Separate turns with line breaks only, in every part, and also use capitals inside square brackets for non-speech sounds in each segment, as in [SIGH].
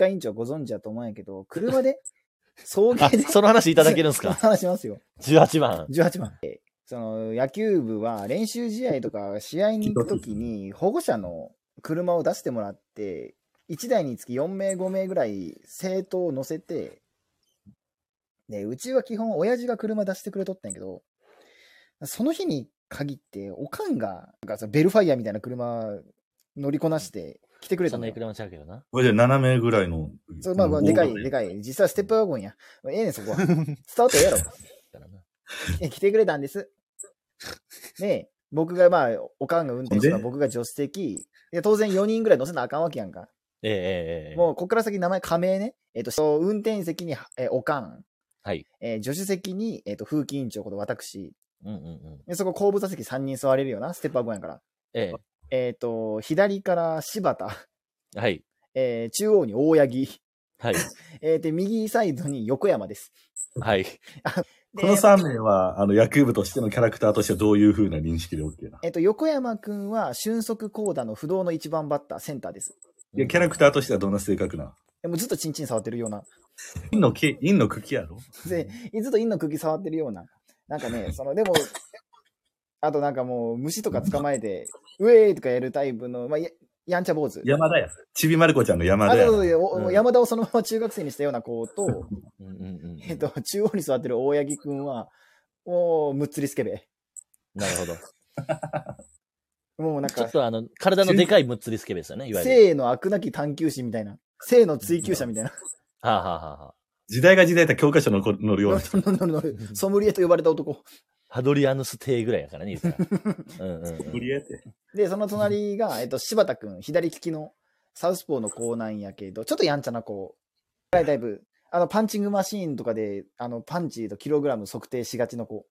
委員長ご存知だと思うんやけど、車で、送
あ
[LAUGHS] 迎で、、
その話いただけるんです
[LAUGHS]
か
話しますよ。
?18 番。
18番。えその、野球部は練習試合とか試合に行くときに、保護者の車を出してもらって、1台につき4名5名ぐらい生徒を乗せて、で、うちは基本親父が車出してくれとったんやけど、その日に限って、おかんが、なんかそのベルファイアみたいな車乗りこなして来てくれた
そん
の
な
よ
いく。らもちゃうけどな。
これで7名ぐらいの。
そうまあまあ、でかい、で
かい。
かい。実はステップワゴンや。まあええねん、そこは。伝わったらええやろ。
だからな
え、来てくれたんです。ねえ、僕がまあ、おかんが運転したら
ほんで
僕が助手席。いや、当然4人ぐらい乗せなあかんわけやんか。
ええええええ
もう、こっから先名前仮名ね。えっ、と、運転席に、えおかん。
はい。
えー助手席に、えっ、と、風紀委員長こと私。
うんうんうん。
でそこ後部座席3人座れるよな、ステップワゴンやから。
え
えっ、と、左から柴田。
えはい。
えー中央に大八木。
はい。
えーで、右サイドに横山です。
はい。
で
この3名は、あの、野球部としてのキャラクターとしてはどういう風な認識で OK な。
えっと、横山くんは俊足高打の不動の一番バッター、センターです。
いや、キャラクターとしてはどんな性格な
えもうずっとチンチン触ってるような。
陰の毛、陰の茎やろ
で、ずっとインの茎触ってるような。なんかね、その、でも、あとなんかもう虫とか捕まえて、ウェーとかやるタイプの、まあ、ややんちゃ坊主。
山田や。ちびまる子ちゃんの山
あ
田
そう
や。
そうそうお
うん
山田をそのまま中学生にしたような子と、
うんうんうん。
[LAUGHS] えっと、中央に座ってる大八木くんは、もう、むっつりスケベ。
なるほど。
もうなん
ちょ
か
っ、とあの、体のでかいムッツリスケベですよね、いわゆる。
性の悪なき探求心みたいな。性の追求者みたいな。
はあ、はあはあはあ、
時代が時代だ教科書のこ乗るような人。
乗る乗る乗るソムリエと呼ばれた男。
ハドリアヌス帝ぐらいやからね、言うたらうんうん、うん。
えて。
で、その隣が、えっと、柴田くん、左利きのサウスポーの子なんやけど、ちょっとやんちゃな子。だいだいぶ、あの、パンチングマシーンとかで、あの、パンチとキログラム測定しがちの子。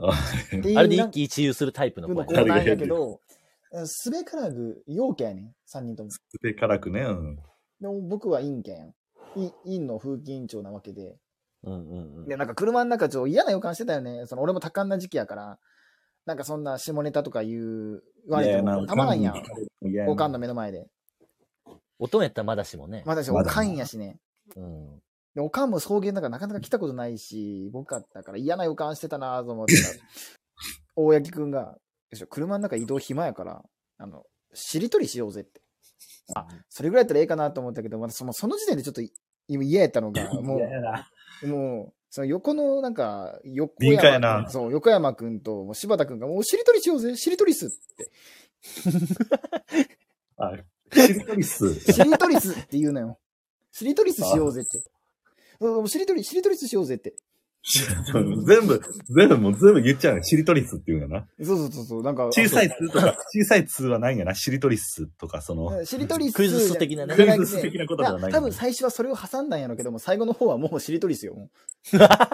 あ
っていう
あれで一
なんか
喜一憂するタイプの子
の
や
子
ね
こ
なんやけど、すべからぐ陽キャやねん、三人とも。
で、辛くね。うん。
でも僕は陰キャやん。い陰の風紀委員長なわけで。
うんうんうん
で、なんか車の中ちょっと嫌な予感してたよね。その俺も多感な時期やから、なんかそんな下ネタとか言う、言われてもたまらんやん。
ん
おかんの目の前で。
音やったらまだしもね。
まだし、お
まだな
かんやしね。
うん。
で、おかんも草原だからなかなか来たことないし、僕かったから嫌な予感してたなと思
[LAUGHS]
ってた。大八木くんが、よいしょ、車の中移動暇やから、あの、しりとりしようぜって。あ、それぐらいやったらええかなと思ったけど、まだそのその時点でちょっとい今嫌やったのが、も
[LAUGHS] 嫌やな
う、もう、その横のなんか、横
敏感や
山
な
くん、そう、横山くんともう柴田くんが、もうしりとりしようぜ、しりとりっすって。
あ、しりとりっす。
しりとりすって言うのよ。しりとりすしようぜって。うんしりとり、しりとりすしようぜって。
[LAUGHS] 全部、全部、もう全部言っちゃうね。しりとりっすって言うんだな。
そうそうそうそう、なんか。
小さいつとか、小さいつはないんやな。しりとりっすとか、その、
しりとり
クイズス的なね
じゃくて
クイズス的なことではない
や多分最初はそれを挟んだんやろうけども、最後の方はもうしりとりっすよ。も
[LAUGHS]
うあ、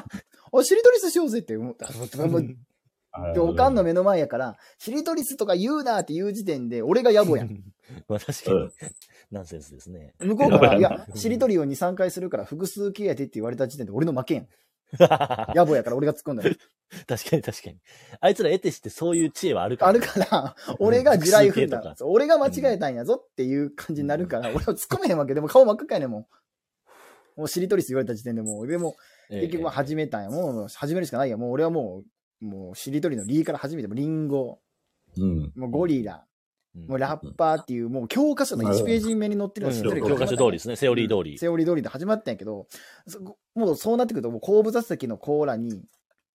しりとりっすしようぜって思った。もう
あ
おかんの目の前やから、しりとりっすとか言うなっていう時点で、俺が野暮やん。
まあ確か
う
に
ん、
[LAUGHS] ナンセンスですね。
向こうから、い
野
や、しりとりを2、3回するから複数形やでって言われた時点で俺の負けやん。
確か
野暮やから俺が突っ込んだの。
に確かに。あいつら得てしてそういう知恵はあるから。
あるから、俺が地雷踏ん
複数形と
だ
か。
そう俺が間違えたんやぞっていう感じになるから、俺は突っ込めへんわけ。でも顔真っ赤っかやねんもん。もうしりとりっす言われた時点でもう、でも、
ええ
結局まあ始めたんや。もう始めるしかないや。もう俺はもう、もうしりとりのリーから始めてもリンゴ、
うん。
もうゴリラ、
うん
もうラッパーっていう、もう教科書の1ページ目に載ってる
う
の
ん
しりとり
教科書通りですね、セオリー通り。
セオリー通りで始まったんやけど、そこもうそうなってくると、もう後部座席のコーラに、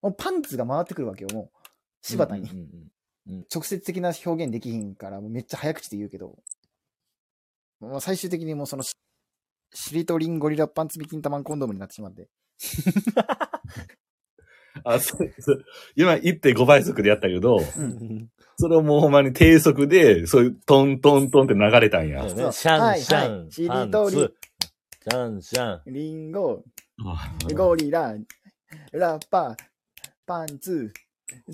もうパンツが回ってくるわけよ、もう。柴田に。
うんうん
直接的な表現できひんから、もうめっちゃ早口で言うけど、もう最終的にもうそのし、しりとりんゴリラパンツビキンタマンコンドームになってしまって。
あ、そうそう今1.5倍速でやったけど、
う
うん
ん。
うん
それをもうほんまに低速で、そういうトントントンって流れたんや。
そう
そ
ね
う
シャ
は
ン
い
シャ
は
ン、
いしり
パン
とり
ツシャンシャン。
リンゴ、
あ
ゴリラ、ラッパー、パンツ、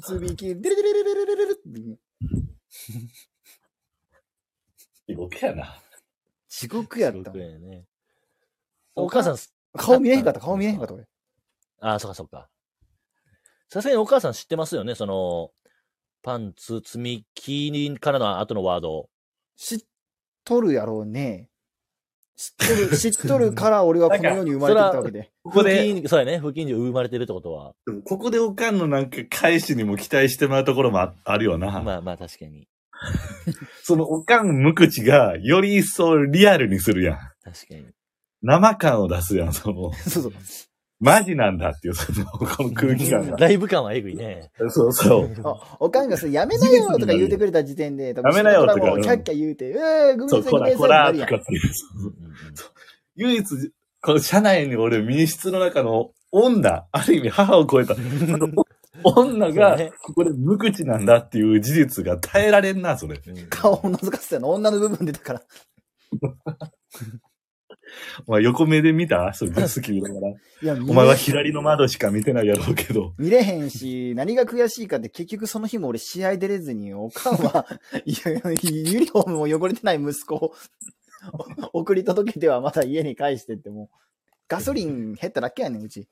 つびき、デレデレデレデレデレデレ
地獄やな。
地獄やっ
す
た
ご。いねお母さん、
顔見えへんかった、顔見えへんかった、俺。
ああ、そっかそっか。さすがにお母さん知ってますよね、その、パンツ、積み木からの後のワード。
知っとるやろうね。知っとる、知っとるから俺はこの世に生まれてきたわけで。
ここ
付
で、
近、そうやね。付近に生まれてるってことは。
でもここでおかんのなんか返しにも期待してもらうところもああるよな。
まあまあ確かに。
そのおかん無口がより一層リアルにするやん。
確かに。
生感を出すやん、その、
そうそう。
マジなんだっていう、その、この空気感が。
ライブ感はえぐいね。
そうそう。
あおかんがさ、やめなよとか言うてくれた時点で、多分
やめなよとか
もうキャッキャ言うて、えー、グミ
そ
さん
う、こ
グミ
ら、
さん
こ
な
ら、
る
と
やん
かっていう。
うんうんうん
唯一、この社内に俺、民室の中の女、ある意味母を超えた、女
そう
が
ね、
ここで無口なんだっていう事実が耐えられんな、それ。
うんうん
顔を覗かせたの、女の部分でだから。
お前横目で見たそれ、好き見ながら。
いや、見
お前は
れ
左の窓しか見てないやろうけど。
見れへんし、何が悔しいかって結局その日も俺試合出れずに、おかんは、 [LAUGHS] いやユニフォームも汚れてない息子をお [LAUGHS] 送り届けてはまた家に返してってもう、ガソリン減っただけやねん、うち。